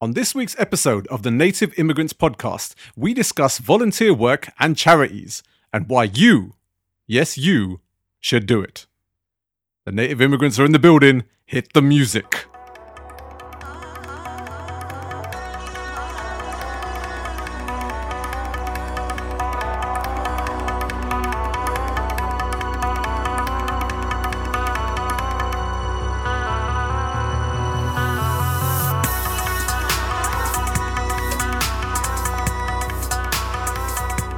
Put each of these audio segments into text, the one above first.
On this week's episode of the Native Immigrants Podcast, we discuss volunteer work and charities and why you, yes, you, should do it. The Native Immigrants are in the building. Hit the music.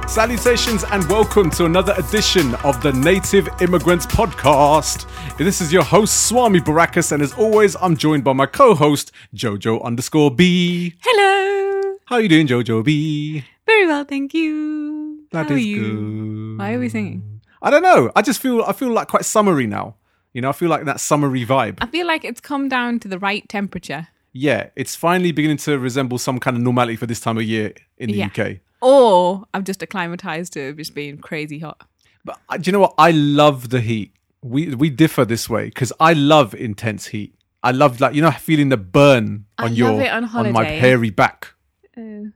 Salutations and welcome to another edition of the Native Immigrants Podcast. This is your host, Swami Barakas, and as always, I'm joined by my co-host, Jojo underscore B. Hello. How you doing, Jojo B? Very well, thank you. That How is are you? good. Why are we singing? I don't know. I just feel I feel like quite summery now. You know, I feel like that summery vibe. I feel like it's come down to the right temperature. Yeah, it's finally beginning to resemble some kind of normality for this time of year in the Yeah. UK. Or I'm just acclimatized to it just being crazy hot. But uh, do you know what? I love the heat. We we differ this way because I love intense heat. I love like you know feeling the burn I on love your it on on my holiday. hairy back. Uh,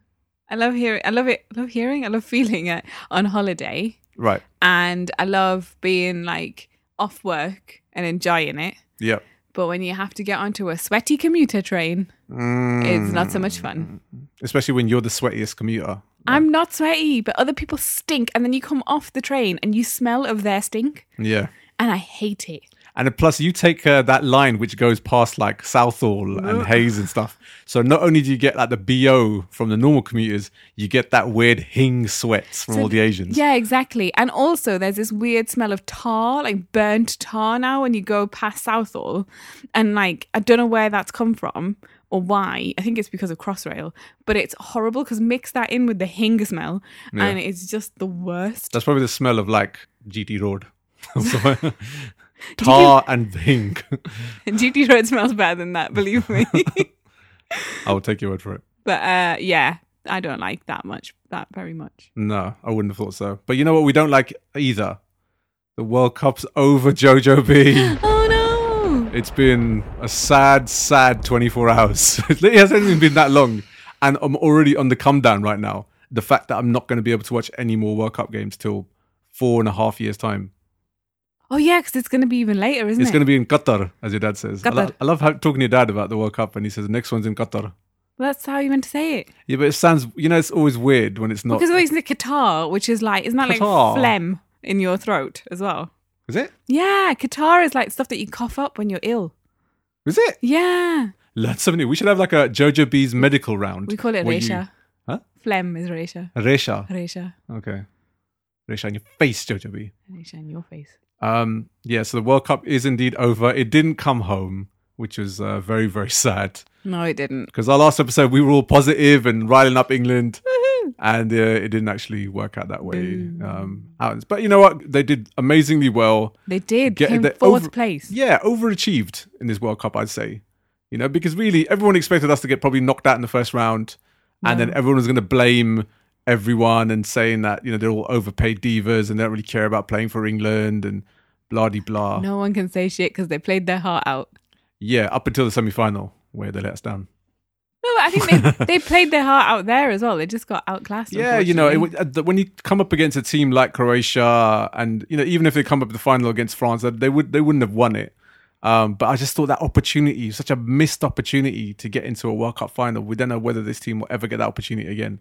I love hearing I love it love hearing, I love feeling it on holiday. Right. And I love being like off work and enjoying it. Yeah. But when you have to get onto a sweaty commuter train, it's not so much Mm, fun. Especially when you're the sweatiest commuter. I'm not sweaty, but other people stink and then you come off the train and you smell of their stink. Yeah. and I hate it. And plus, you take uh, that line which goes past like Southall and Hayes and stuff. So not only do you get like the bo from the normal commuters, you get that weird hing sweats from all the Asians. Yeah, exactly. And also, there's this weird smell of tar, like burnt tar now when you go past Southall. And like, I don't know where that's come from or why. I think it's because of Crossrail, but it's horrible because mix that in with the hing smell and it's just the worst. That's probably the smell of like GT Road. So- Tar and hing. GT Road smells better than that, believe me. I will take your word for it. but uh, yeah, I don't like that much, that very much. No, I wouldn't have thought so. But you know what? We don't like either. The World Cup's over, Jojo B. Oh no! It's been a sad, sad 24 hours. it hasn't even been that long. And I'm already on the come down right now. The fact that I'm not going to be able to watch any more World Cup games till four and a half years' time. Oh yeah, because it's going to be even later, isn't It's it? going to be in Qatar, as your dad says. I, lo- Qatar. I love how, talking to your dad about the World Cup, and he says the next one's in Qatar. That's how you meant to say it. Yeah, but it sounds, you know, it's always weird when it's not. Because always the Qatar, which is like, isn't that Qatar. like phlegm in your throat as well? Is it? Yeah, Qatar is like stuff that you cough up when you're ill. Is it? Yeah, Learn something new. We should have like a Jojo B's medical round. we call it where Resha. Huh? Phlegm is Resha. You... Resha. Resha. Okay. Resha in your face, Jojo B. Resha in your face. Um, yeah, so the World Cup is indeed over. It didn't come home, which was uh, very, very sad. No, it didn't. Because our last episode, we were all positive and riling up England, and uh, it didn't actually work out that way. Um, out- but you know what? They did amazingly well. They did. Get- came they- fourth over- place. Yeah, overachieved in this World Cup, I'd say. You know, because really, everyone expected us to get probably knocked out in the first round, and then everyone was going to blame everyone and saying that you know they're all overpaid divas and they don't really care about playing for England and blah de blah. No one can say shit because they played their heart out. Yeah, up until the semi final where they let us down. No, but I think they, they played their heart out there as well. They just got outclassed. Yeah, you know, it, unfortunately. w- uh, the- when you come up against a team like Croatia, and you know, even if they come up to the final against France, uh, they- they would they wouldn't have won it. Um, but I just thought that opportunity, such a missed opportunity to get into a World Cup final. We don't know whether this team will ever get that opportunity again.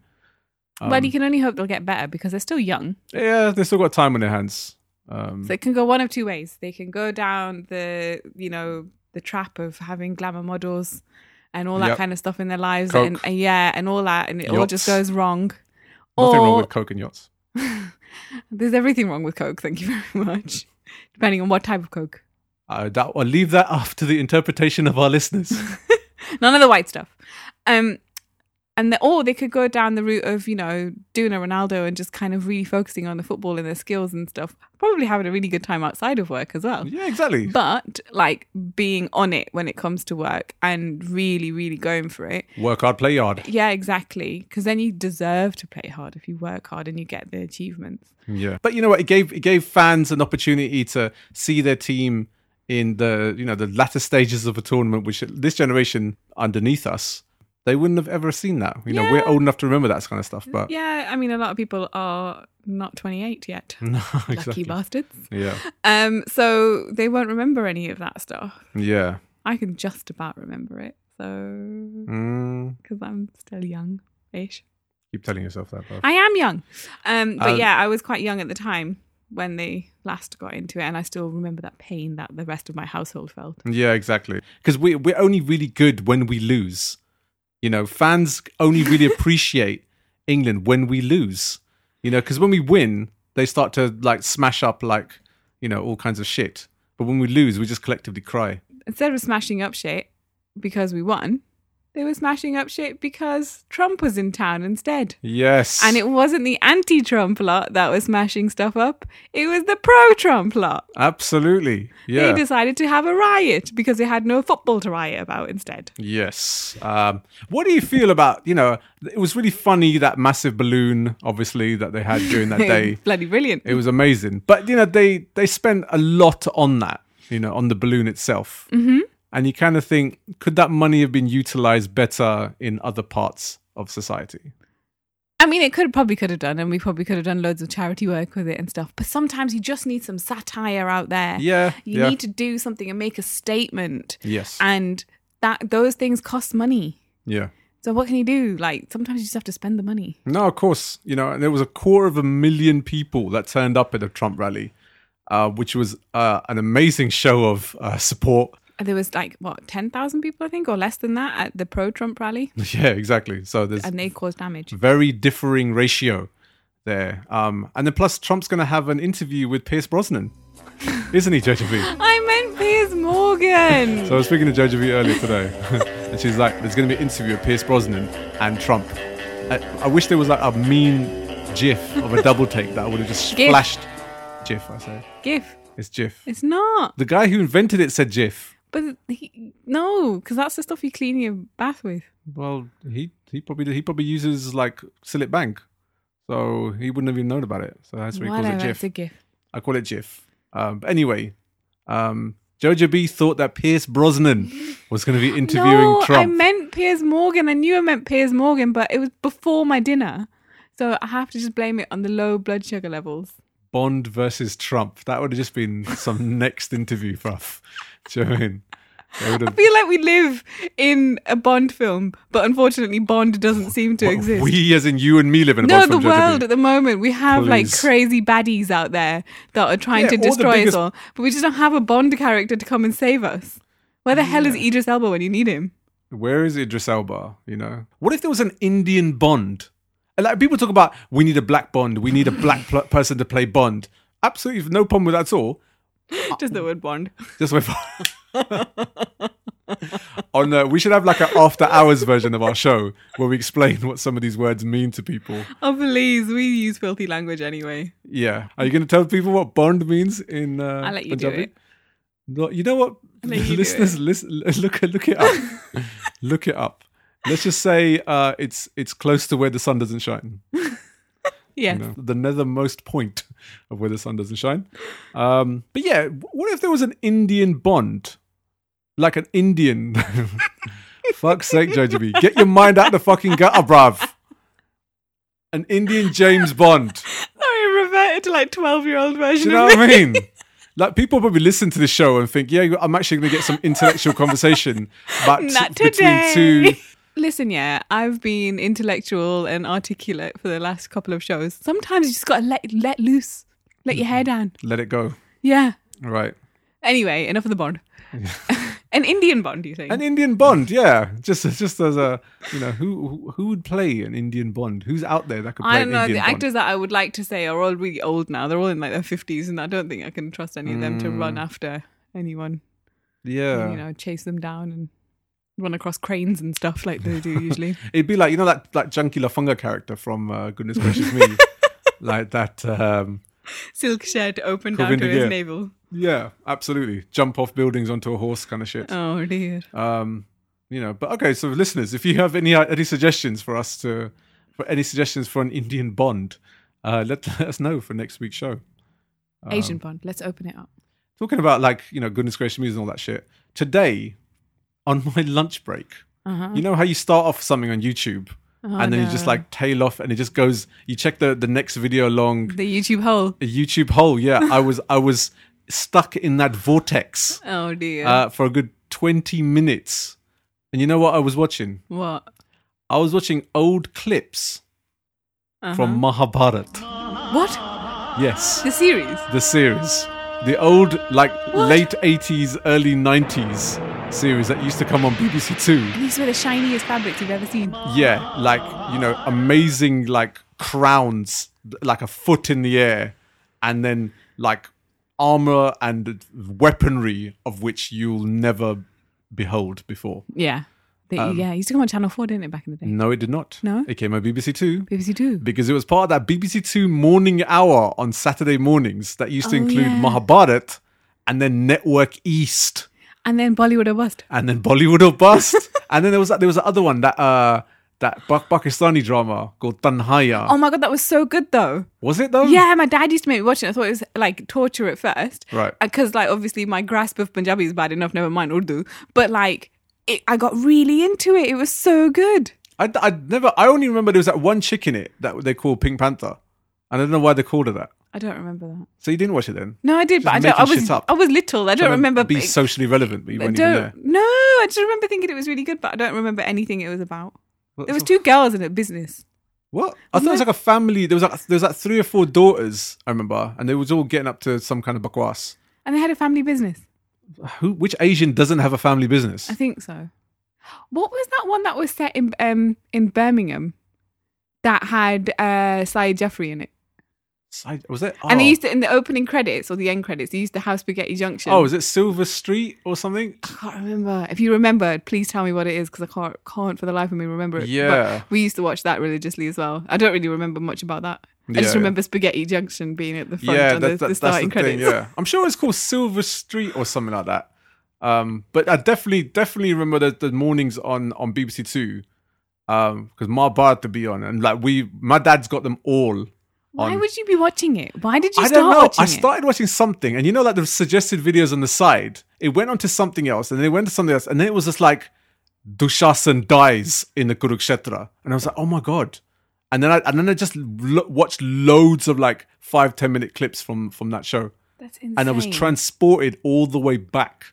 but um, you can only hope they'll get better because they're still young. Yeah, they still got time on their hands. Um, So it can go one of two ways. They can go down the, you know, the trap of having glamour models and all that Yep. kind of stuff in their lives, Coke. and, and yeah, and all that, and it all just Yachts. goes wrong. nothing or wrong with Coke and yachts. there's everything wrong with coke. Thank you very much. Depending on what type of coke, Uh, that, I'll leave that up to the interpretation of our listeners. none of the white stuff. Um, and the, or they could go down the route of you know doing a Ronaldo and just kind of really focusing on the football and their skills and stuff. Probably having a really good time outside of work as well. yeah, exactly. but like being on it when it comes to work and really really going for it Work hard, play hard. yeah exactly because then you deserve to play hard if you work hard and you get the achievements Yeah. But you know what? It gave it gave fans an opportunity to see their team in the you know the latter stages of a tournament, which this generation underneath us. they- they wouldn't have ever seen that. You know, we're Yeah. old enough to remember that kind of stuff, but Yeah, I mean, a lot of people are not 28 yet. no, exactly. Lucky bastards. Yeah, Um, so they won't remember any of that stuff. yeah. I can just about remember it, so Mm, because I'm still young-ish. keep telling yourself that. Bro. I am young, um, but Um, yeah, I was quite young at the time when they last got into it, and I still remember that pain that the rest of my household felt. Yeah, exactly. Because we we're only really good when we lose. You know, fans only really appreciate England when we lose. You know, because when we win, they start to like smash up like you know all kinds of shit. But when we lose, we just collectively cry. Instead of smashing up shit because we won, they were smashing up shit because Trump was in town instead. Yes, And it wasn't the anti Trump lot that was smashing stuff up, it was the pro Trump lot. absolutely yeah. They decided to have a riot because they had no football to riot about instead. Yes. Um, what do you feel about, you know, it was really funny that massive balloon, obviously, that they had during that day. Bloody brilliant. it was amazing. But, you know, they, they spent a lot on that, you know, on the balloon itself. Mm-hmm. And you kind of think, could that money have been utilized better in other parts of society? I mean, it could probably could have done, and we probably could have done loads of charity work with it and stuff. But sometimes you just need some satire out there. Yeah. You yeah. need to do something and make a statement. Yes. And that those things cost money. yeah. So what can you do? Like sometimes you just have to spend the money. No, of course. You know, and there was a quarter of a million people that turned up at the Trump rally, uh, which was uh, an amazing show of uh, support. And There was like what ten thousand people, I think, or less than that, at the pro-Trump rally, Yeah, exactly. So there's and they caused damage. very differing ratio there. Um, and then plus, Trump's going to have an interview with Pierce Brosnan, isn't he, Jojo B? I meant Piers Morgan. So I was speaking to Jojo B earlier today, and she's like, "There's going to be an interview with Pierce Brosnan and Trump." I, I wish there was like a mean GIF of a double take that I would have just Gif. flashed. GIF, I say GIF. it's GIF. It's not. The guy who invented it said GIF. But he, no, because that's the stuff you clean your bath with. Well, he he probably he probably uses like Silit Bank, so he wouldn't have even known about it. So that's what he calls Whatever. it GIF. It's a GIF. I call it GIF. Um, but anyway, um, Jojo B thought that Pierce Brosnan was going to be interviewing no, I Trump. meant Piers Morgan. I knew I meant Piers Morgan, but it was before my dinner, so I have to just blame it on the low blood sugar levels. Bond versus Trump. That would have just been some next interview, bruv. Do you know what I mean? They would I have, feel like we live in a Bond film, but unfortunately, Bond doesn't seem to exist. we, as in you and me, live in a no, Bond the from Jojo world B. at the moment, we have like Please. crazy baddies out there that are trying Yeah, to all the destroy biggest- us all, but we just don't have a Bond character to come and save us. Where the hell is Idris Elba when you need him? Where is Idris Elba? You know, what if there was an Indian Bond? And, Like people talk about, we need a black Bond. We need a black pl- person to play Bond. Absolutely no problem with that at all. Just the word Bond. Just wait for. On uh, we should have like an after hours version of our show where we explain what some of these words mean to people. Oh, please, we use filthy language anyway. Yeah, are you going to tell people what bond means in? Uh, I'll let you do Punjabi? it. No, you know what? I'll let you do Listeners, listen, look look it up. look it up. Let's just say uh, it's it's close to where the sun doesn't shine. you Yes. know, the nethermost point of where the sun doesn't shine. Um, but yeah, what if there was an Indian bond? Like an Indian. Fuck's sake, Jojobi. Get your mind out the fucking gutter, bruv. An Indian James Bond. Sorry, I reverted to like 12 year old Do version you know of what me. I mean? Like people probably listen to this show and think, yeah, I'm actually going to get some intellectual conversation about t- Not between today. two. Listen, yeah, I've been intellectual and articulate for the last couple of shows. Sometimes you just gotta let let loose, let your hair down. Let it go. Yeah. All right. Anyway, enough of the bond. An Indian bond, do you think? An Indian Bond, yeah. Just just as a you know who who- who would play an Indian Bond? Who's out there that could play I don't an know. Indian the Bond? actors that I would like to say are all really old now. They're all in like their fifties, and I don't think I can trust any of them to run after anyone. Mm. yeah, You know, chase them down and run across cranes and stuff like they do usually. it'd be like you know that that junkie Lafunga character from uh, Goodness Gracious Me, like that. Um, Silk shed open Cool down to window, his yeah. navel. yeah, absolutely. Jump off buildings onto a horse, kind of shit. Oh dear. Um, you know, but okay. So listeners, if you have any uh, any suggestions for us to for any suggestions for an Indian Bond, uh, let, let us know for next week's show. Asian bond. Let's open it up. Talking about like, you know, goodness gracious me and all that shit. Today, on my lunch break, Uh-huh. You know how you start off something on YouTube Oh, and then you just no. like tail off and it just goes you check the, the next video along the YouTube hole. a YouTube hole. Yeah, I was I was stuck in that vortex Oh dear. uh, for a good 20 minutes. And you know what I was watching? what? I was watching old clips Uh-huh. from Mahabharata. what? Yes. The series? the series. The old, like, late 80s, early 90s series that used to come on BBC Two. These were the shiniest fabrics you've ever seen. Yeah, like, you know, amazing, like, crowns, like a foot in the air, and then, like, armor and weaponry of which you'll never behold before. Yeah. They, Um, yeah, it used to come on Channel 4, didn't it, back in the day? No, it did not. No? It came on BBC Two. BBC Two. because it was part of that BBC Two morning hour on Saturday mornings that used to Oh, include yeah. Mahabharat and then Network East And then Bollywood or Bust. and then Bollywood or Bust. and then there was that, there was that other one that uh that Pak- Pakistani drama called Tanhaya. Oh my God, that was so good though. was it though? Yeah, my dad used to make me watch it. I thought it was like torture at first. Right. Because, like, obviously my grasp of Punjabi is bad enough, never mind Urdu. But, like, it, I got really into it. It was so good. I I never I only remember there was that one chick in it that they called Pink Panther. And I don't know why they called her that. I don't remember that. So you didn't watch it then? No, I did, but I, don't, I making was shit up. I was little. I don't Trying to remember. be but- socially relevant, but you I weren't even there. don't. No, I just remember thinking it was really good, but I don't remember anything it was about. What- There was two girls in a business. What? I thought it was like a family. There was like there was like three or four daughters. I remember, and they was all getting up to some kind of bakwas. And they had a family business. Who? Which Asian doesn't have a family business? I think so. What was that one that was set in um in Birmingham that had uh Syed Jeffrey in it? Side- was it? Oh. And they used to in the opening credits or the end credits, they used to have spaghetti junction. oh, is it Silver Street or something? I can't remember. If you remember, please tell me what it is because I can't can't for the life of me remember it. But Yeah. we used to watch that religiously as well. I don't really remember much about that. I Yeah, just yeah. remember Spaghetti Junction being at the front Yeah, on that- the, that- the starting credits. Yeah, I'm sure it's called Silver Street or something like that. Um, but I definitely definitely remember the, the mornings on on BBC Two um, because my bar to be on, and like we, my dad's got them all. Why on- would you be watching it? Why did you I start don't know. watching I started watching something, and you know, like the suggested videos on the side, it went on to something else, and then it went to something else, and then it was just like Dushasan dies in the Kurukshetra, and I was like, oh my god. And then I and then I just lo- watched loads of like five ten minute clips from from that show, it? That's insane. and I was transported all the way back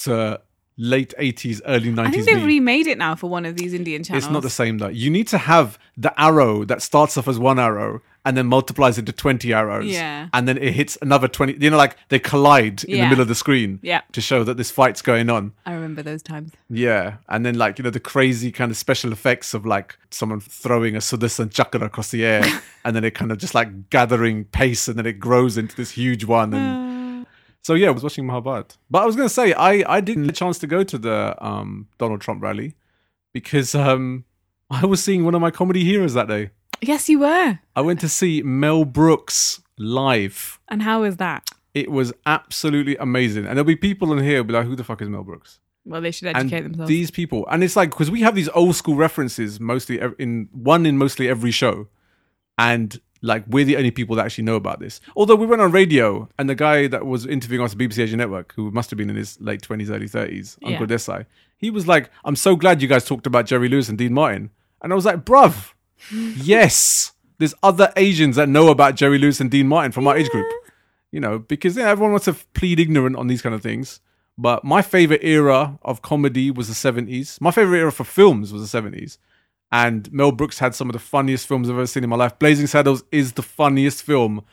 to late eighties, early I think nineties. they've remade it now for one of these Indian channels. It's not the same though. You need to have the arrow that starts off as one arrow and then multiplies into 20 arrows. Yeah. And then it hits another 20. You know, like they collide in the Yeah. middle of the screen Yeah. to show that this fight's going on. I remember those times. Yeah. And then, like, you know, the crazy kind of special effects of like someone throwing a Sudarshan chakra across the air and then it kind of just like gathering pace and then it grows into this huge one. And so, yeah, I was watching Mahabharat. But I was going to say, I, I didn't get a chance to go to the um, Donald Trump rally because um, I was seeing one of my comedy heroes that day. Yes, you were. I went to see Mel Brooks live. And how was that? It was absolutely amazing. And there'll be people in here who'll be like, who the fuck is Mel Brooks? Well, they should and educate themselves. these people and it's like because we have these old school references mostly ev- in one in mostly every show and like we're the only people that actually know about this although we went on radio and the guy that was interviewing us at bbc asian network who must have been in his late 20s early 30s uncle Yeah. desai he was like i'm so glad you guys talked about jerry lewis and dean martin and i was like bruv yes there's other asians that know about jerry lewis and dean martin from our age group you know, because yeah, everyone wants to f- plead ignorant on these kind of things. But my favorite era of comedy was the 70s. My favorite era for films was the 70s. And Mel Brooks had some of the funniest films I've ever seen in my life. Blazing Saddles is the funniest film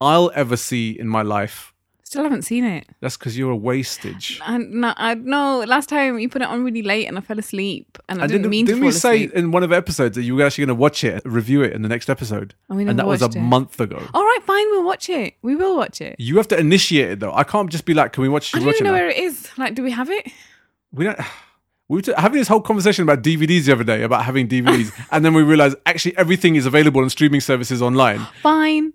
I'll ever see in my life. Still haven't seen it. That's because you're a wastage. And no, I no. Last time you put it on really late, and I fell asleep, and I, And didn't, mean didn't to we fall say asleep. in one of the episodes that you were actually going to watch it, review it in the next episode? And we never that was a watched it. month ago. All right, fine. We'll watch it. We will watch it. You have to initiate it though. I can't just be like, "Can we watch? I Should we don't watch it?" even now? know where it is. Like, do we have it? we don't. We were t- having this whole conversation about DVDs the other day, about having DVDs, and then we realized actually everything is available on streaming services online. Fine,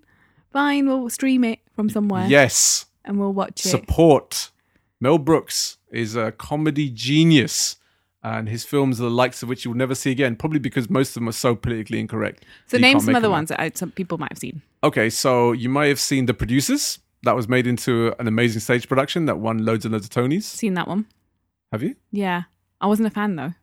fine. We'll stream it from somewhere, Yes, and we'll watch it. support. Mel Brooks is a comedy genius, and his films are the likes of which you will never see again, probably because most of them are so politically incorrect. that so you name can't some make other them out. ones that I, some people might have seen. Okay, so you might have seen The Producers. That was made into an amazing stage production that won loads and loads of Tonys. Seen that one? Have you? Yeah, I wasn't a fan though.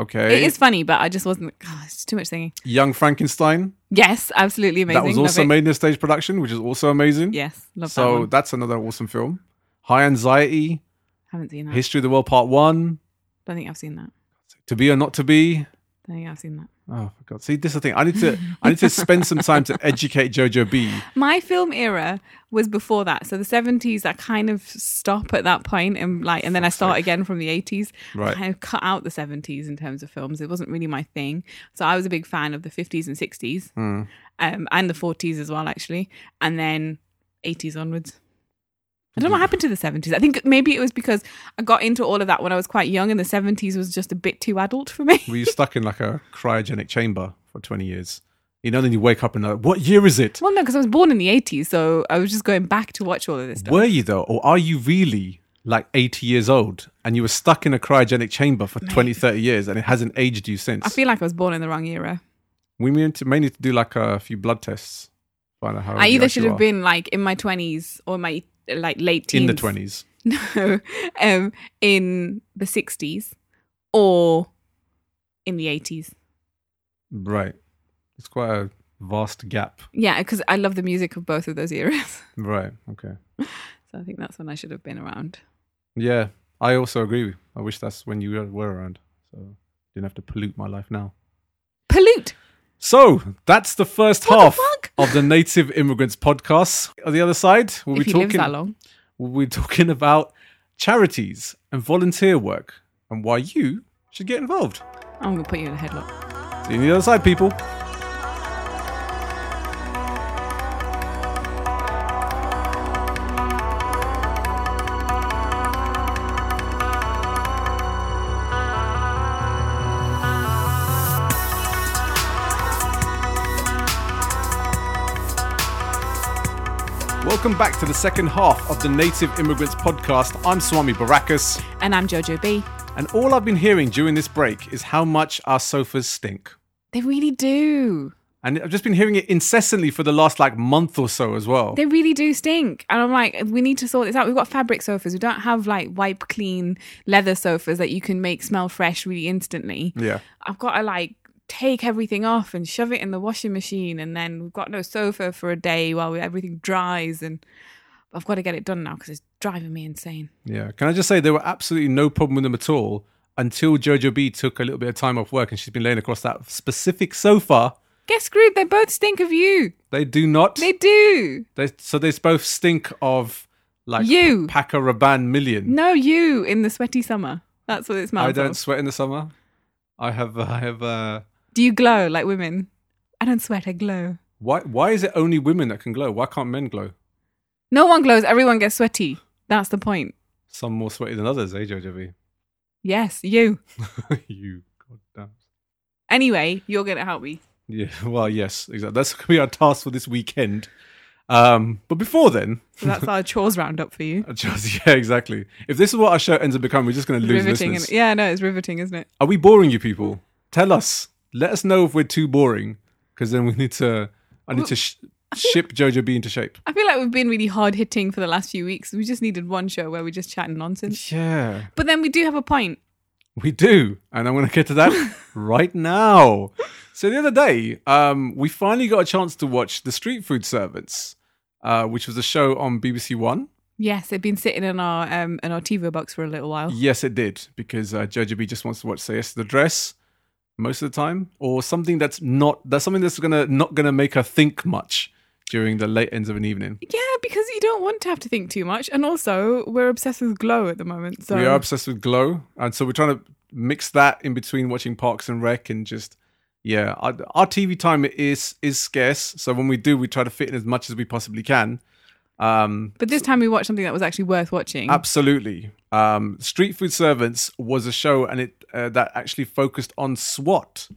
Okay. It is funny, but I just wasn't. God, it's too much singing. Young Frankenstein. Yes, absolutely amazing. That was Love also it. made in a stage production, which is also amazing. Yes, love that so one. that's another awesome film. High Anxiety, Haven't seen that. History of the World Part One, Don't think I've seen that. To Be or Not to Be. Don't think I've seen that. Oh for God! See, this is the thing. I need to. I need to spend some time to educate Jojo B. My film era was before that, so the seventies. I kind of stop at that point, and like, and then I start again from the eighties. Right. kind of cut out the seventies in terms of films. It wasn't really my thing. So I was a big fan of the fifties and sixties, um, and the forties as well, actually, and then eighties onwards. I don't know what happened to the seventies. I think maybe it was because I got into all of that when I was quite young, and the seventies was just a bit too adult for me. Were you stuck in like a cryogenic chamber for twenty years? You know, then you wake up and uh, what year is it? Well, no, because I was born in the eighties, so I was just going back to watch all of this stuff. Were you though, or are you really like eighty years old and you were stuck in a cryogenic chamber for 20, 30 years and it hasn't aged you since? I feel like I was born in the wrong era. we may need, to, may need to do like a few blood tests. Find out how I old you either actually should have are. been like in my twenties or my like late teens. in the twenties. No, um, in the sixties or in the eighties. Right. It's quite a vast gap. Yeah, because I love the music of both of those eras, Right. Okay. so I think that's when I should have been around. Yeah, I also agree. I wish that's when you were- were around, so didn't have to pollute my life now. Pollute. So that's the first What the half fuck? of the Native Immigrants podcast. On the other side, we'll if be he lives talking. that long, We'll be talking about charities and volunteer work and why you should get involved. I'm gonna put you in a headlock. See you on the other side, people. Welcome back to the second half of the Native Immigrants Podcast. I'm Swami Barakas. And I'm Jojo B. And all I've been hearing during this break is how much our sofas stink. They really do. And I've just been hearing it incessantly for the last like month or so as well. They really do stink. And I'm like, we need to sort this out. We've got fabric sofas. We don't have like wipe clean leather sofas that you can make smell fresh really instantly. yeah. I've got to like take everything off and shove it in the washing machine, and then we've got no sofa for a day while we, everything dries, and I've got to get it done now because it's driving me insane. Yeah. Can I just say there were absolutely no problem with them at all until Jojo B took a little bit of time off work and she's been laying across that specific sofa. Get screwed. They both stink of you. They do not. They do. they, so they both stink of like You. Packer Raban Million. No, you in the sweaty summer. That's what it smells I don't of. sweat in the summer. I have. I have. Uh, Do you glow like women? I don't sweat. I glow. why? Why is it only women that can glow? Why can't men glow? No one glows. Everyone gets sweaty. That's the point. Some more sweaty than others, eh, Jojo B? Yes, you. you goddamn. Anyway, you're gonna help me. Yeah. Well, yes, exactly. That's going to be our task for this weekend. Um, but before then, So that's our chores roundup for you. just, yeah, exactly. If this is what our show ends up becoming, we're just going to lose riveting. listeners. innit? yeah, no, it's riveting, isn't it? Are we boring you people? Tell us. Let us know if we're too boring, because then we need to. I need to sh- ship Jojo B into shape. I feel like we've been really hard hitting for the last few weeks. We just needed one show where we just chatting nonsense. Yeah, But then we do have a point. we do, and I'm going to get to that right now. So the other day, um, we finally got a chance to watch The Street Food Servants, uh, which was a show on BBC One. Yes, it'd been sitting in our um in our TiVo box for a little while. Yes, it did because uh, Jojo B just wants to watch Say Yes to the Dress most of the time, or something that's not that's something that's gonna not gonna make her think much during the late ends of an evening. Yeah, because you don't want to have to think too much. And also we're obsessed with glow at the moment. So We are obsessed with Glow, and so we're trying to mix that in between watching Parks and Rec and just yeah, our, our TV time is is scarce. So when we do, we try to fit in as much as we possibly can. Um, but this time we watched something that was actually worth watching. Absolutely. Um, Street Food Servants was a show, and it uh, that actually focused on SWAT,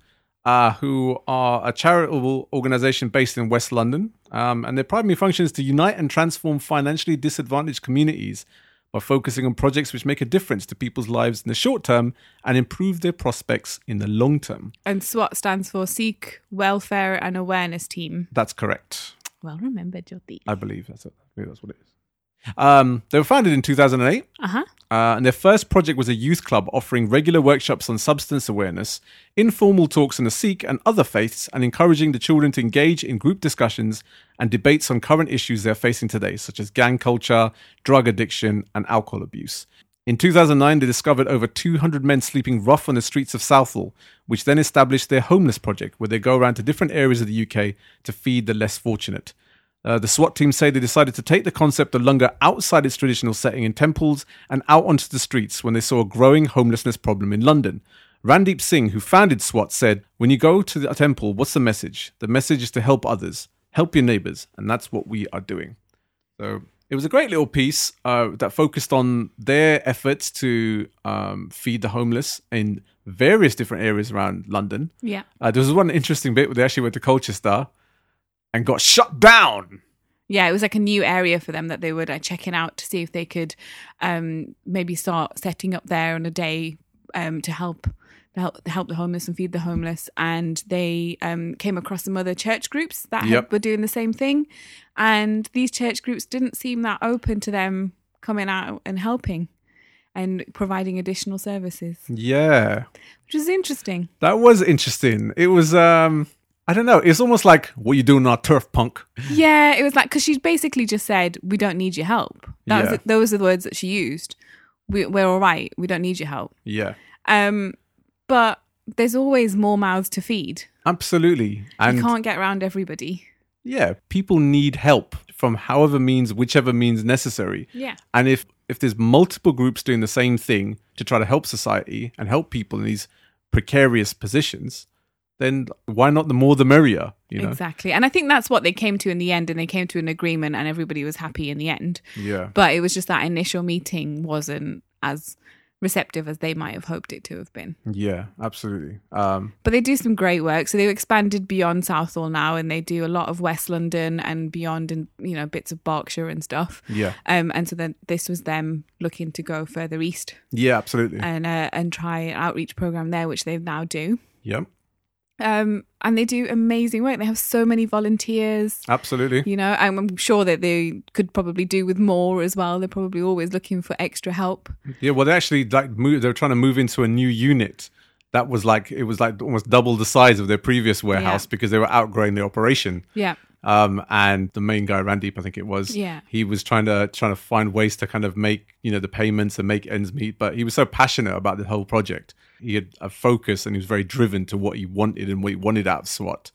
uh, who are a charitable organisation based in West London, um, and their primary function is to unite and transform financially disadvantaged communities by focusing on projects which make a difference to people's lives in the short term and improve their prospects in the long term. and SWAT stands for Seek Welfare and Awareness Team. That's correct. Well remembered, Jyoti. I believe that's it. I think that's what it is. Um, they were founded in 2008. Uh huh. Uh, and their first project was a youth club offering regular workshops on substance awareness, informal talks on the Sikh and other faiths, and encouraging the children to engage in group discussions and debates on current issues they're facing today, such as gang culture, drug addiction, and alcohol abuse. In 2009, they discovered over 200 men sleeping rough on the streets of Southall, which then established their homeless project, where they go around to different areas of the UK to feed the less fortunate. Uh, the SWAT team say they decided to take the concept of Lunga outside its traditional setting in temples and out onto the streets when they saw a growing homelessness problem in London. Randeep Singh, who founded SWAT, said, When you go to the temple, what's the message? The message is to help others, help your neighbors, and that's what we are doing. So it was a great little piece uh, that focused on their efforts to um, feed the homeless in various different areas around London. Yeah. Uh, there was one interesting bit where they actually went to Colchester and got shut down. Yeah, it was like a new area for them that they were like checking out to see if they could um, maybe start setting up there on a day um, to help to help, to help the homeless and feed the homeless. And they um, came across some other church groups that had- Yep. were doing the same thing. And these church groups didn't seem that open to them coming out and helping and providing additional services, Yeah, which is interesting. that was interesting. It was, um, I don't know, it's almost like what you do on our turf punk. Yeah, it was like because she basically just said, "We don't need your help." That Yeah. was those are the words that she used. We, we're all right. We don't need your help. Yeah, Um, but there's always more mouths to feed. absolutely. you And can't get around everybody. yeah, people need help from however means, whichever means necessary. Yeah. And if if there's multiple groups doing the same thing to try to help society and help people in these precarious positions, then why not the more the merrier? You know? Exactly. And I think that's what they came to in the end, and they came to an agreement, and everybody was happy in the end. Yeah. But it was just that initial meeting wasn't as receptive as they might have hoped it to have been. Yeah, absolutely. Um, But they do some great work. So they've expanded beyond Southall now, and they do a lot of West London and beyond, and you know bits of Berkshire and stuff. yeah. Um, and so then this was them looking to go further east Yeah, absolutely. and uh, and try an outreach program there, which they now do. yep. Um, and they do amazing work. They have so many volunteers. Absolutely. You know, I'm, I'm sure that they could probably do with more as well. They're probably always looking for extra help. Yeah, well, they actually like moved, they were trying to move into a new unit that was like it was like almost double the size of their previous warehouse Yeah. because they were outgrowing the operation. Yeah, Um, and the main guy, Randeep, I think it was. Yeah. he was trying to trying to find ways to kind of make you know the payments and make ends meet. But he was so passionate about the whole project. He had a focus and he was very driven to what he wanted and what he wanted out of SWAT.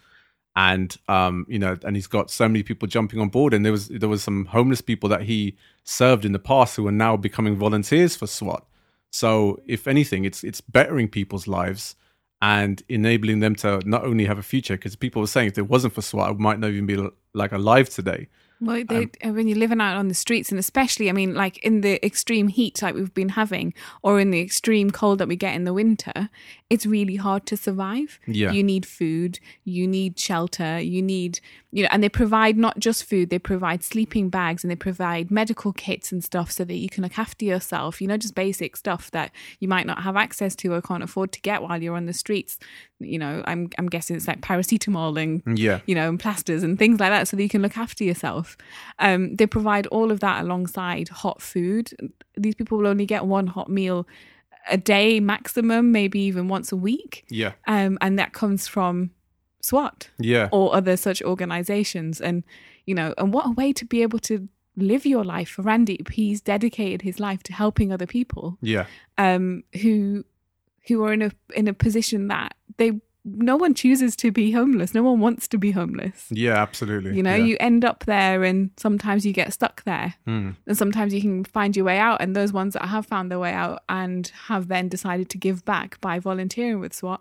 and um, you know, and he's got so many people jumping on board. And there was there was some homeless people that he served in the past who are now becoming volunteers for SWAT. So if anything, it's it's bettering people's lives and enabling them to not only have a future. Because people were saying if it wasn't for SWAT, I might not even be l- like alive today. Well, they, uh, when you're living out on the streets, and especially, I mean, like in the extreme heat like we've been having, or in the extreme cold that we get in the winter, it's really hard to survive. Yeah. You need food, you need shelter, you need, you know, and they provide not just food, they provide sleeping bags and they provide medical kits and stuff so that you can look after yourself, you know, just basic stuff that you might not have access to or can't afford to get while you're on the streets. You know, I'm, I'm guessing it's like paracetamol and Yeah, you know, and plasters and things like that, so that you can look after yourself. Um, they provide all of that alongside hot food. These people will only get one hot meal a day maximum, maybe even once a week, yeah, um, and that comes from SWAT yeah, or other such organizations. And you know, and what a way to be able to live your life for Randeep. He's dedicated his life to helping other people yeah, um, who who are in a in a position that they no one chooses to be homeless. No one wants to be homeless. yeah. Absolutely. You know, Yeah. you end up there, and sometimes you get stuck there, Mm. and sometimes you can find your way out. And those ones that have found their way out and have then decided to give back by volunteering with SWAT,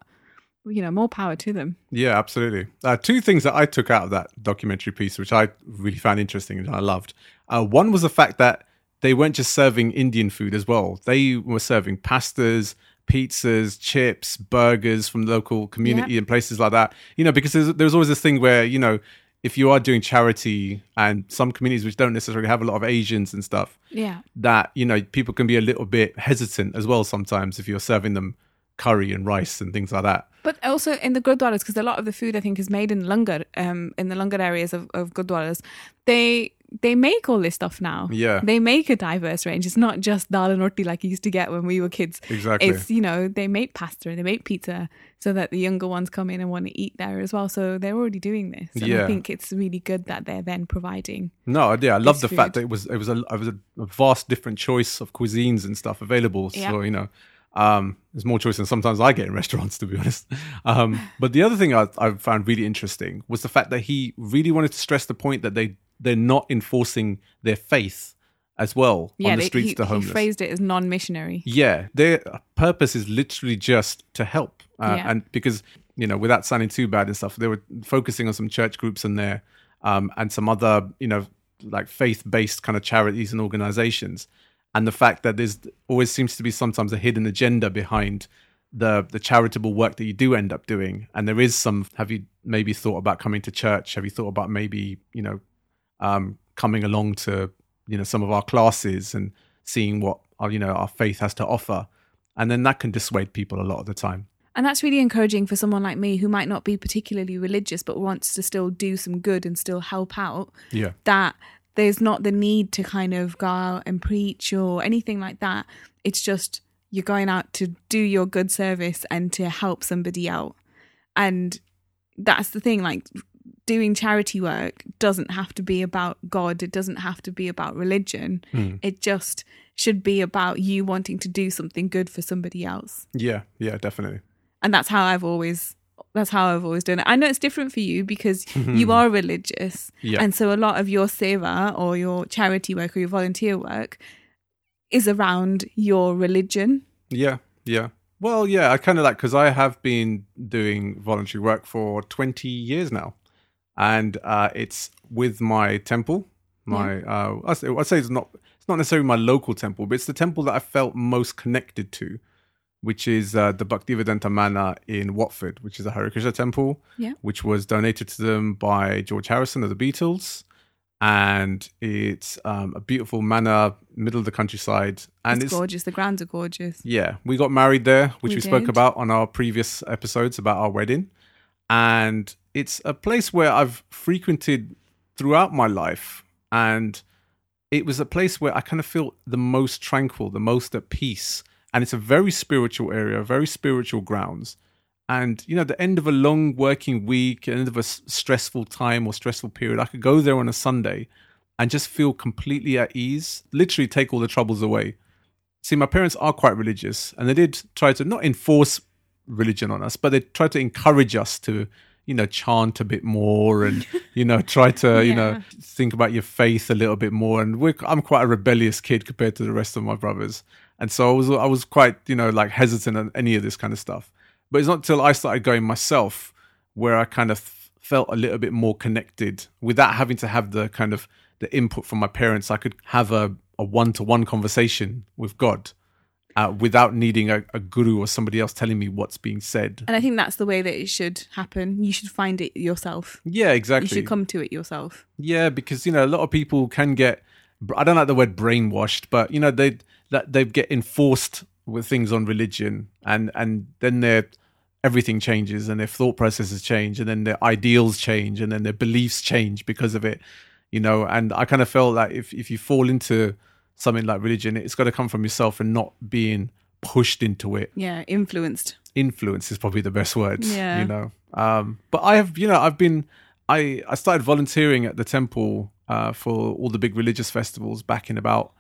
you know, more power to them. Yeah, absolutely. Uh, two things that I took out of that documentary piece, which I really found interesting and I loved. Uh, one was the fact that they weren't just serving Indian food as well; they were serving pastas, pizzas, chips, burgers from local community and places like that. You know, because there's, there's always this thing where you know, if you are doing charity and some communities which don't necessarily have a lot of Asians and stuff, Yeah, that you know people can be a little bit hesitant as well sometimes if you're serving them curry and rice and things like that. But also in the gurdwaras, because a lot of the food I think is made in Langar, um, in the Langar areas of, of gurdwaras, they they make all this stuff now. Yeah. They make a diverse range. It's not just dal and roti like you used to get when we were kids. Exactly. It's, you know, they make pasta and they make pizza so that the younger ones come in and want to eat there as well. So they're already doing this. And Yeah. I think it's really good that they're then providing. No, I- yeah, I love It's the food. fact that it was it was a it was a, a vast different choice of cuisines and stuff available. So Yeah. you know, um, there's more choice than sometimes I get in restaurants, to be honest. Um, but the other thing I, I found really interesting was the fact that he really wanted to stress the point that they they're not enforcing their faith as well on the they- streets he, to he homeless. phrased it as non missionary. Yeah, their purpose is literally just to help, uh, Yeah. and because you know, without sounding too bad and stuff, they were focusing on some church groups in there, um, and some other you know, like faith-based kind of charities and organizations, and the fact that there's always seems to be sometimes a hidden agenda behind the the charitable work that you do end up doing, and there is some. Have you maybe thought about coming to church? Have you thought about maybe you know um, coming along to you know some of our classes and seeing what our, you know our faith has to offer, and then that can dissuade people a lot of the time. And that's really encouraging for someone like me who might not be particularly religious but wants to still do some good and still help out. Yeah, That there's not the need to kind of go out and preach or anything like that. It's just you're going out to do your good service and to help somebody out. And that's the thing like doing charity work doesn't have to be about God, it doesn't have to be about religion. It just should be about you wanting to do something good for somebody else yeah, yeah, definitely. and that's how I've always that's how I've always done it. I know it's different for you because you are religious, Mm-hmm. Yeah. and so a lot of your seva or your charity work or your volunteer work is around your religion. Yeah, yeah. Well, yeah, I kind of like because I have been doing voluntary work for 20 years now, and uh, it's with my temple. My, uh, I say, I say it's not it's not necessarily my local temple, but it's the temple that I felt most connected to, which is uh, the Bhaktivedanta Manor in Watford, which is a Hare Krishna temple, Yeah. which was donated to them by George Harrison of the Beatles. And it's um, a beautiful manor, middle of the countryside, and it's, it's gorgeous. The grounds are gorgeous. yeah, we got married there, which we, We spoke did. about on our previous episodes about our wedding. And it's a place where I've frequented throughout my life. And it was a place where I kind of feel the most tranquil, the most at peace. And it's a very spiritual area, very spiritual grounds. And, you know, at the end of a long working week, end of a s- stressful time or stressful period, I could go there on a Sunday and just feel completely at ease, literally take all the troubles away see my parents are quite religious and they did try to not enforce religion on us but they tried to encourage us to you know chant a bit more and you know try to you know think about your faith a little bit more and we're, i'm quite a rebellious kid compared to the rest of my brothers and so i was i was quite you know like hesitant on any of this kind of stuff but it's not till i started going myself where i kind of felt a little bit more connected without having to have the kind of the input from my parents i could have a, a one-to-one conversation with god uh, without needing a, a guru or somebody else telling me what's being said And I think that's the way that it should happen. You should find it yourself. yeah You exactly should come to it yourself. yeah because you know a lot of people can get i don't like the word brainwashed but you know they that they get enforced with things on religion and and then their everything changes and their thought processes change and then their ideals change and then their beliefs change because of it you know and i kind of felt like if, if you fall into something like religion it's got to come from yourself and not being pushed into it Yeah, influenced. influence is probably the best word Yeah. you know um but i have you know i've been i i started volunteering at the temple uh for all the big religious festivals back in about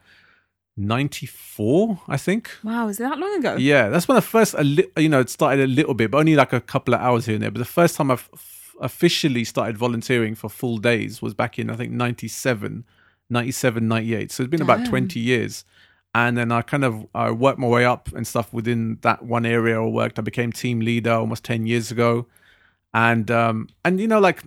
94 i think Wow, is it that long ago? yeah that's when i first a li- you know it started a little bit but only like a couple of hours here and there but the first time i've f- officially started volunteering for full days was back in i think 97 97 98 so it's been about Damn. 20 years and then i kind of i worked my way up and stuff within that one area i worked i became team leader almost 10 years ago and um and you know like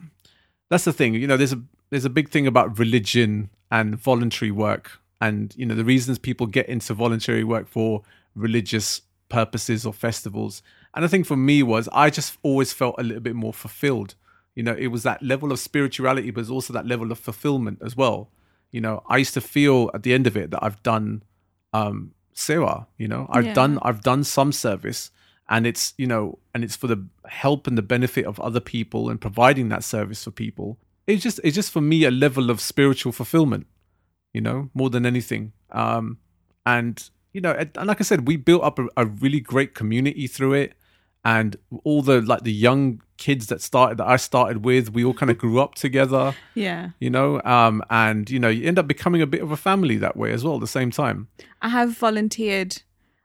that's the thing you know there's a there's a big thing about religion and voluntary work and you know the reasons people get into voluntary work for religious purposes or festivals and i think for me was i just always felt a little bit more fulfilled you know it was that level of spirituality but it was also that level of fulfillment as well you know i used to feel at the end of it that i've done um sewa you know i've Yeah. done i've done some service and it's you know and it's for the help and the benefit of other people and providing that service for people it's just it's just for me a level of spiritual fulfillment, you know, more than anything. Um, and you know, and and like I said, we built up a, a really great community through it, and all the like the young kids that started that I started with, we all kind of grew up together Yeah. you know um and you know you end up becoming a bit of a family that way as well at the same time I have volunteered,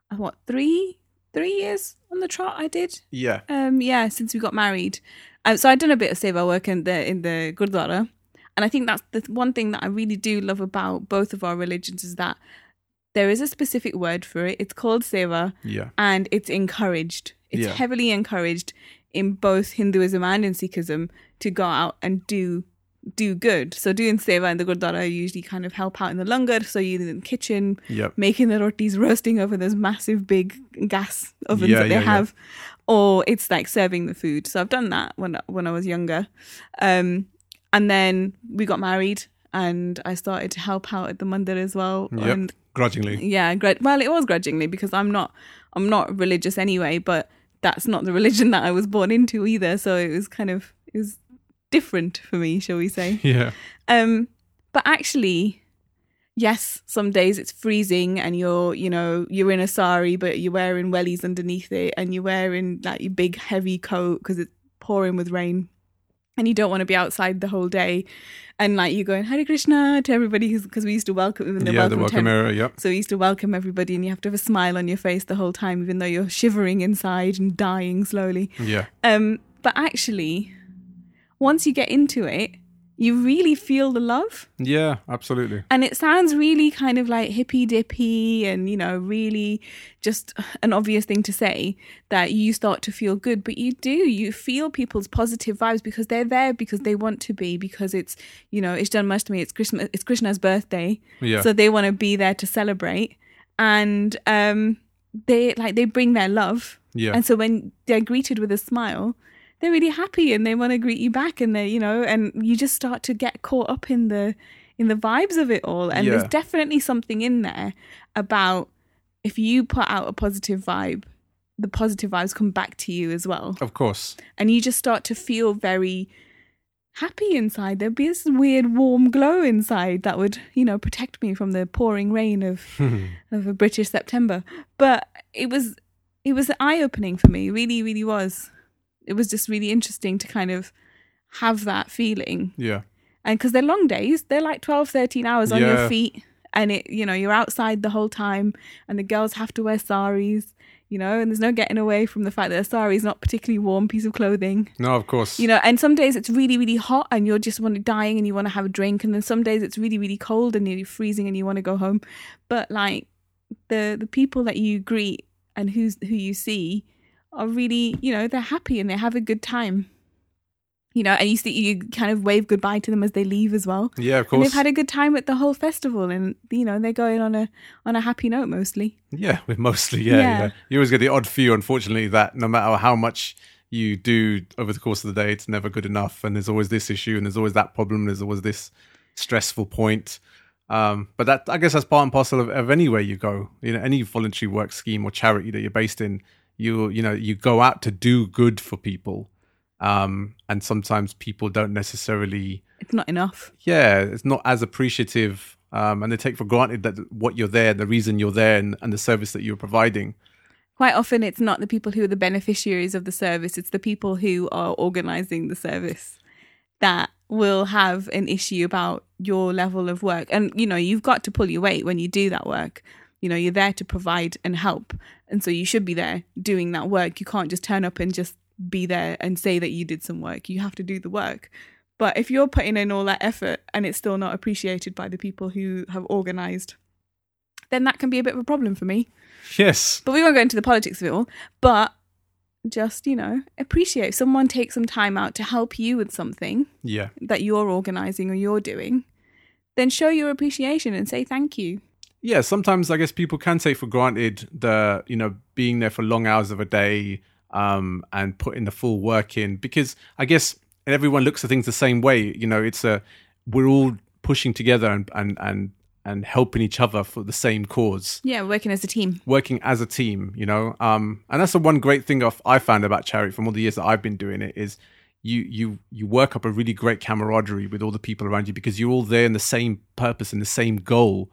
uh, what, three? Three years on the trot I did? yeah Um, yeah, since we got married. Um, so I'd done a bit of seva work in the in the Gurdwara, and I think that's the one thing that I really do love about both of our religions is that there is a specific word for it. It's called seva, yeah and it's encouraged. It's Yeah. heavily encouraged in both Hinduism and in Sikhism to go out and do do good. So doing seva and the Gurdwara you usually kind of help out in the langar, so you're in the kitchen yep making the rotis roasting over those massive big gas ovens Yeah, that they yeah, yeah. have or it's like serving the food so i've done that when when i was younger um and then we got married and i started to help out at the mandir as well yep and grudgingly yeah grud- well it was grudgingly because i'm not i'm not religious anyway but that's not the religion that i was born into either so it was kind of it was different for me shall we say yeah um, but actually, yes, some days it's freezing and you're, you know, you're in a sari, but you're wearing wellies underneath it and you're wearing like your big heavy coat because it's pouring with rain and you don't want to be outside the whole day. And like you're going Hare Krishna to everybody because we used to welcome them in the yeah the welcome welcome tent. era yep So we used to welcome everybody and you have to have a smile on your face the whole time, even though you're shivering inside and dying slowly. yeah Um, but actually, once you get into it, you really feel the love. yeah absolutely And it sounds really kind of like hippy dippy and, you know, really just an obvious thing to say that you start to feel good. But you do, you feel people's positive vibes because they're there because they want to be, because it's, you know, it's done much to me. It's Krishna, it's Krishna's birthday. yeah So they want to be there to celebrate. And um, they like, they bring their love. yeah And so when they're greeted with a smile, they're really happy and they want to greet you back and they, you know, and you just start to get caught up in the in the vibes of it all. And Yeah. there's definitely something in there about if you put out a positive vibe, the positive vibes come back to you as well. of course And you just start to feel very happy inside. There'd be this weird warm glow inside that would, you know, protect me from the pouring rain of of a British September. But it was it was eye opening for me. Really, really was. It was just really interesting to kind of have that feeling. yeah And because they're long days, they're like 12, 13 hours on Yeah. your feet. And it, you know, you're outside the whole time, and the girls have to wear saris, you know, and there's no getting away from the fact that a sari is not a particularly warm piece of clothing no of course you know and some days it's really really hot and you're just want dying and you want to have a drink and then some days it's really really cold and you're freezing and you want to go home but like the the people that you greet and who's who you see are really you know they're happy and they have a good time you know and you see you kind of wave goodbye to them as they leave as well yeah of and course they've had a good time at the whole festival and you know they're going on a on a happy note mostly yeah with mostly yeah, yeah Yeah. you always get the odd few unfortunately that no matter how much you do over the course of the day it's never good enough and there's always this issue and there's always that problem and there's always this stressful point um, but that i guess that's part and parcel of, of any way you go you know any voluntary work scheme or charity that you're based in you you know you go out to do good for people um, and sometimes people don't necessarily it's not enough yeah, it's not as appreciative, um, and they take for granted that what you're there, the reason you're there, and, and the service that you're providing. quite often it's not the people who are the beneficiaries of the service it's the people who are organizing the service that will have an issue about your level of work and you know you've got to pull your weight when you do that work you know you're there to provide and help and so you should be there doing that work you can't just turn up and just be there and say that you did some work you have to do the work but if you're putting in all that effort and it's still not appreciated by the people who have organized then that can be a bit of a problem for me Yes, but we won't go into the politics of it all. But just, you know, appreciate if someone takes some time out to help you with something yeah, that you're organizing or you're doing, then show your appreciation and say thank you. yeah. Sometimes I guess people can take for granted the you know being there for long hours of a day um, and putting the full work in because I guess everyone looks at things the same way. You know, it's a we're all pushing together and and and and helping each other for the same cause. Yeah, we're working as a team. working as a team you know um and that's the one great thing of i found about charity from all the years that i've been doing it is you you you work up a really great camaraderie with all the people around you because you're all there in the same purpose and the same goal,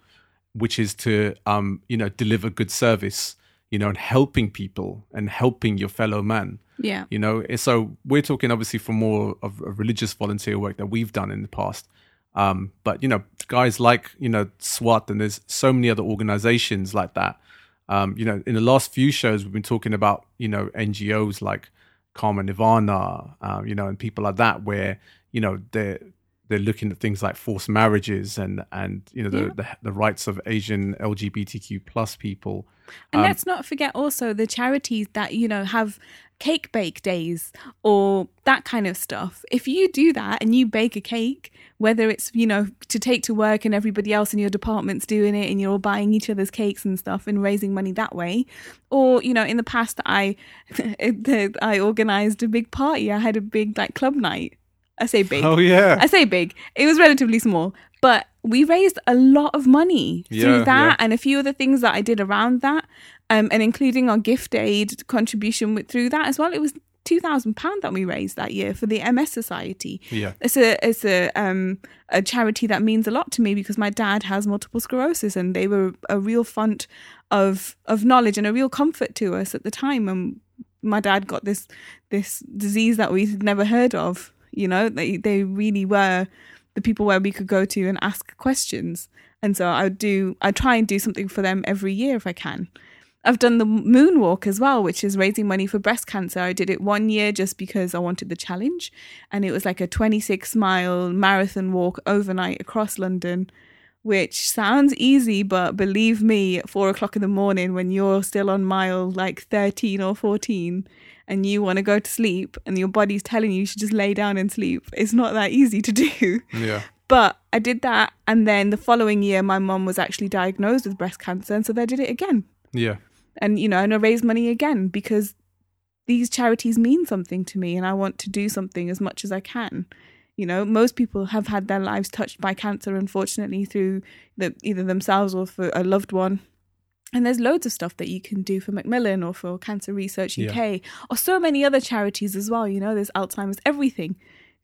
which is to um you know deliver good service, you know, and helping people and helping your fellow man. Yeah. You know, And so we're talking obviously for more of, of religious volunteer work that we've done in the past. Um, but you know, guys like you know SWAT and there's so many other organizations like that. Um, you know, in the last few shows we've been talking about you know NGOs like Karma Nirvana, uh, you know, and people like that where you know they're they're looking at things like forced marriages and and you know the the, the rights of Asian LGBTQ plus people. And let's not forget also the charities that, you know, have cake bake days or that kind of stuff. If you do that and you bake a cake, whether it's, you know, to take to work and everybody else in your department's doing it and you're all buying each other's cakes and stuff and raising money that way, or, you know, in the past I that I organized a big party. I had a big like club night. I say big. Oh yeah, I say big. It was relatively small, but we raised a lot of money Yeah, through that yeah. and a few other things that I did around that, um, and including our gift aid contribution with, through that as well. It was two thousand pound that we raised that year for the MS Society. yeah. It's a it's a um a charity that means a lot to me because my dad has multiple sclerosis and they were a real font of of knowledge and a real comfort to us at the time and my dad got this this disease that we'd never heard of you know they they really were the people where we could go to and ask questions and so I would do I try and do something for them every year if I can I've done the moonwalk as well, which is raising money for breast cancer. I did it one year just because I wanted the challenge. And it was like a 26 mile marathon walk overnight across London, which sounds easy, but believe me, at four o'clock in the morning when you're still on mile like 13 or 14 and you want to go to sleep and your body's telling you you should just lay down and sleep, it's not that easy to do. Yeah. But I did that. And then the following year, my mum was actually diagnosed with breast cancer. And so they did it again Yeah. and you know and I raise money again because these charities mean something to me and I want to do something as much as I can. You know, most people have had their lives touched by cancer unfortunately through the either themselves or for a loved one. And there's loads of stuff that you can do for Macmillan or for Cancer Research UK or so many other charities as well, you know, there's Alzheimer's everything.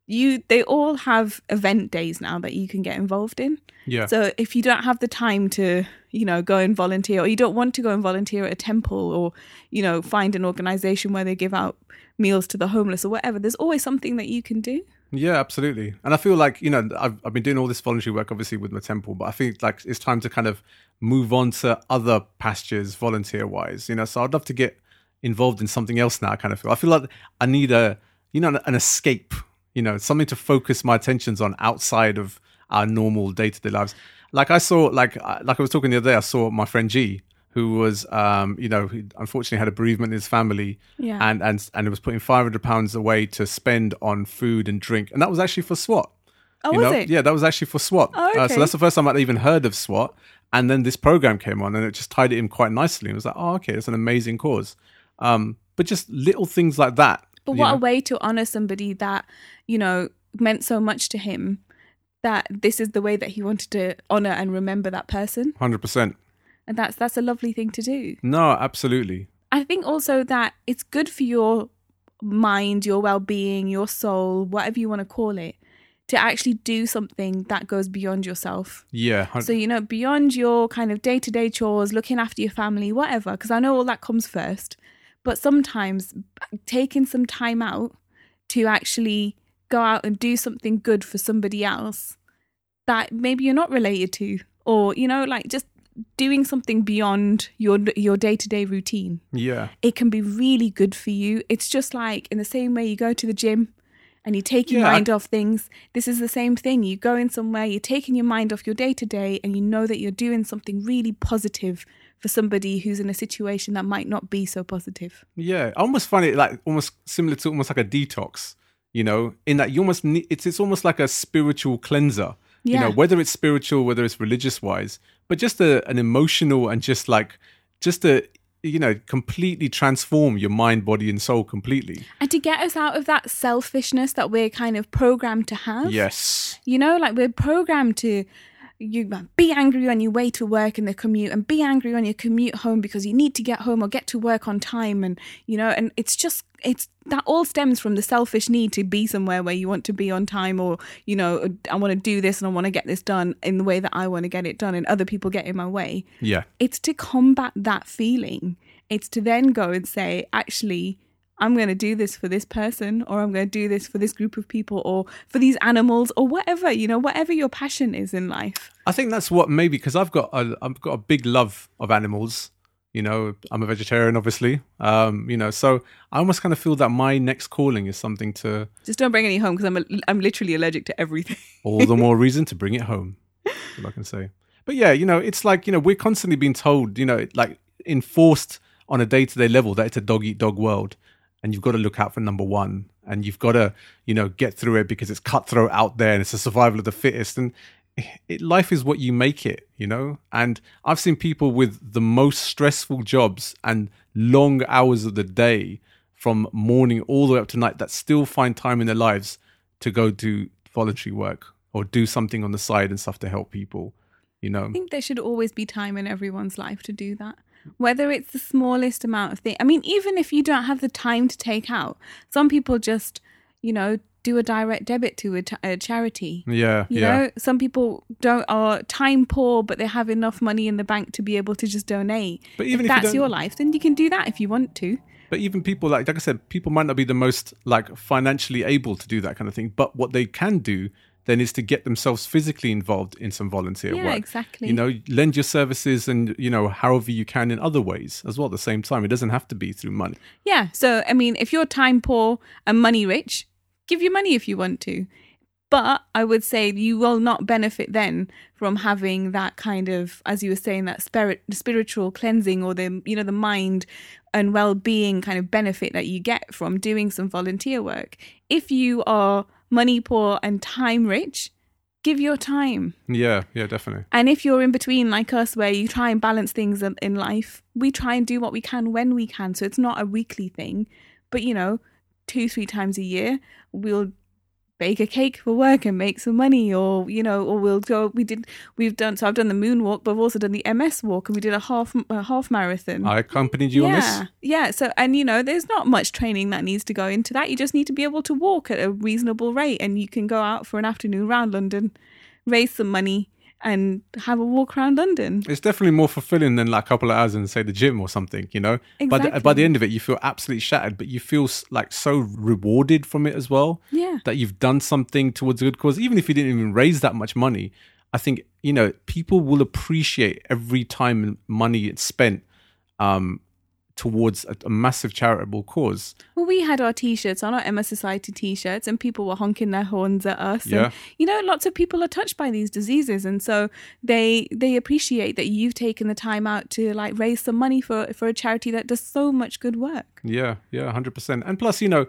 You they all have event days now that you can get involved in. Yeah. So if you don't have the time to, you know, go and volunteer or you don't want to go and volunteer at a temple or, you know, find an organization where they give out meals to the homeless or whatever, there's always something that you can do. Yeah, absolutely. And I feel like, you know, I've, I've been doing all this voluntary work, obviously, with my temple, but I think like it's time to kind of move on to other pastures volunteer wise, you know. So I'd love to get involved in something else now, I kind of feel. I feel like I need a, you know, an, an escape, you know, something to focus my attentions on outside of our normal day to day lives. Like I saw, like, I- like I was talking the other day, I saw my friend G, who was, um, you know, who unfortunately had a bereavement in his family Yeah. and and and it was putting five hundred pounds away to spend on food and drink, and that was actually for SWAT. Oh, you was know? it? Yeah, that was actually for SWAT. Oh, Uh, so okay. that's the first time I'd even heard of SWAT, and then this program came on, and it just tied it in quite nicely. It was like, oh, okay, it's an amazing cause. Um, but just little things like that. But you what a know? way to honor somebody that, you know, meant so much to him that this is the way that he wanted to honor and remember that person. Hundred percent. And that's that's a lovely thing to do. No, absolutely. I think also that it's good for your mind, your well being, your soul, whatever you want to call it, to actually do something that goes beyond yourself. Yeah. hun- So, you know, beyond your kind of day to day chores, looking after your family, whatever, because I know all that comes first. But sometimes taking some time out to actually go out and do something good for somebody else that maybe you're not related to, or, you know, like just doing something beyond your your day-to-day routine yeah. it can be really good for you. It's just like in the same way you go to the gym and you take your Yeah, I- mind off things. This is the same thing. You go in somewhere, you're taking your mind off your day to day, and you know that you're doing something really positive for somebody who's in a situation that might not be so positive. Yeah, I almost find it like almost similar to almost like a detox, you know, in that you almost need, it's it's almost like a spiritual cleanser. You know, Yeah. whether it's spiritual, whether it's religious wise, but just a, an emotional and just like just a you know, completely transform your mind, body and soul completely. And to get us out of that selfishness that we're kind of programmed to have. Yes. You know, like we're programmed to you be angry on your way to work in the commute and be angry on your commute home because you need to get home or get to work on time and you know and it's just it's that all stems from the selfish need to be somewhere where you want to be on time or you know I want to do this and I want to get this done in the way that I want to get it done and other people get in my way. Yeah. It's to combat that feeling. It's to then go and say, actually, I'm going to do this for this person, or I'm going to do this for this group of people, or for these animals, or whatever, you know, whatever your passion is in life. I think that's what maybe because I've got a, I've got a big love of animals. You know, I'm a vegetarian, obviously. Um, you know, so I almost kind of feel that my next calling is something to Just don't bring any home because I'm, a, I'm literally allergic to everything. all the more reason to bring it home. That's all I can say. But yeah, you know, it's like you know we're constantly being told, you know, like enforced on a day-to-day level that it's a dog eat dog world, and you've got to look out for number one, and you've got to you know get through it because it's cutthroat out there, and it's the survival of the fittest, and it, life is what you make it, you know. And I've seen people with the most stressful jobs and long hours of the day, from morning all the way up to night, that still find time in their lives to go do voluntary work or do something on the side and stuff to help people, you know. I think there should always be time in everyone's life to do that. Whether it's the smallest amount of thing. I mean, even if you don't have the time to take out, some people just, you know, do a direct debit to a, t- a charity. Yeah, You yeah. know, some people don't are time poor, but they have enough money in the bank to be able to just donate. But even if you that's don't- your life, then you can do that if you want to. But even people like like I said, people might not be the most like financially able to do that kind of thing. But what they can do then is to get themselves physically involved in some volunteer Yeah, work. exactly. You know, lend your services and you know however you can in other ways as well. At the same time, it doesn't have to be through money. Yeah. So I mean, if you're time poor and money rich, give your money if you want to. But I would say you will not benefit then from having that kind of, as you were saying, that spirit, spiritual cleansing or the, you know, the mind and well-being kind of benefit that you get from doing some volunteer work. If you are money poor and time rich, give your time. Yeah, yeah, definitely. And if you're in between, like us, where you try and balance things in in life, we try and do what we can when we can. So it's not a weekly thing, but you know, two, three times a year, we'll bake a cake for work and make some money, or you know, or we'll go. We did, we've done. So I've done the moon walk, but I've also done the MS walk, and we did a half a half marathon. I accompanied you on yeah, this. yeah. So and you know, there's not much training that needs to go into that. You just need to be able to walk at a reasonable rate, and you can go out for an afternoon round London, raise some money, and have a walk around London. It's definitely more fulfilling than like a couple of hours in, say, the gym or something, you know? But by Exactly. the end of it, you feel absolutely shattered, but you feel s- like so rewarded from it as well. Yeah. That you've done something towards a good cause, even if you didn't even raise that much money. I think, you know, people will appreciate every time money it's spent um, towards a, a massive charitable cause. Well, we had our t-shirts on our Emma Society t-shirts, and people were honking their horns at us. Yeah. And, you know, lots of people are touched by these diseases, and so they they appreciate that you've taken the time out to like raise some money for for a charity that does so much good work. Yeah, yeah, hundred percent. And plus, you know,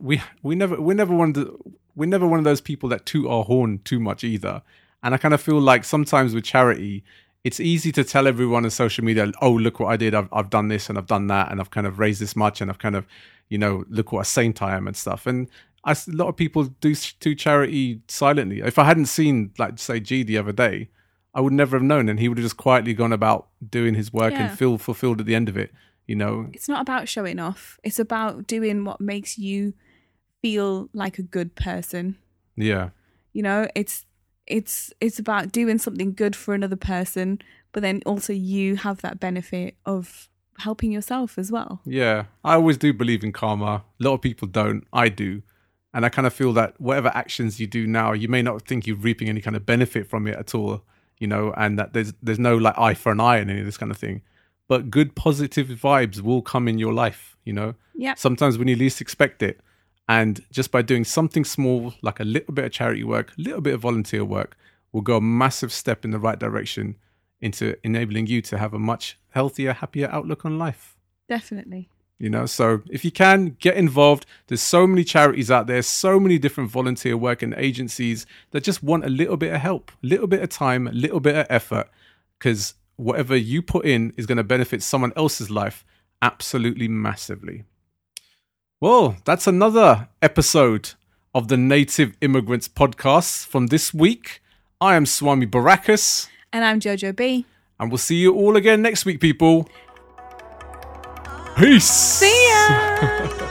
we we never we're never one of the, we're never one of those people that toot our horn too much either. And I kind of feel like sometimes with charity, it's easy to tell everyone on social media, "Oh, look what I did! I've I've done this and I've done that, and I've kind of raised this much, and I've kind of, you know, look what a saint I am and stuff." And I s a lot of people do s- do charity silently. If I hadn't seen, like, say, G the other day, I would never have known, and he would have just quietly gone about doing his work Yeah. and feel fulfilled at the end of it. You know, It's not about showing off. It's about doing what makes you feel like a good person. yeah. you know it's it's it's about doing something good for another person but then also you have that benefit of helping yourself as well Yeah, I always do believe in karma. A lot of people don't. I do. And I kind of feel that whatever actions you do now, you may not think you're reaping any kind of benefit from it at all, you know, and that there's there's no like eye for an eye and any of this kind of thing. But good positive vibes will come in your life, you know. Yep. Sometimes when you least expect it. And just by doing something small, like a little bit of charity work, a little bit of volunteer work, will go a massive step in the right direction into enabling you to have a much healthier, happier outlook on life definitely you know so if you can get involved there's so many charities out there so many different volunteer work and agencies that just want a little bit of help a little bit of time a little bit of effort because whatever you put in is going to benefit someone else's life absolutely massively well that's another episode of the native immigrants podcast from this week i am swami barakas and i'm jojo b and we'll see you all again next week people peace see ya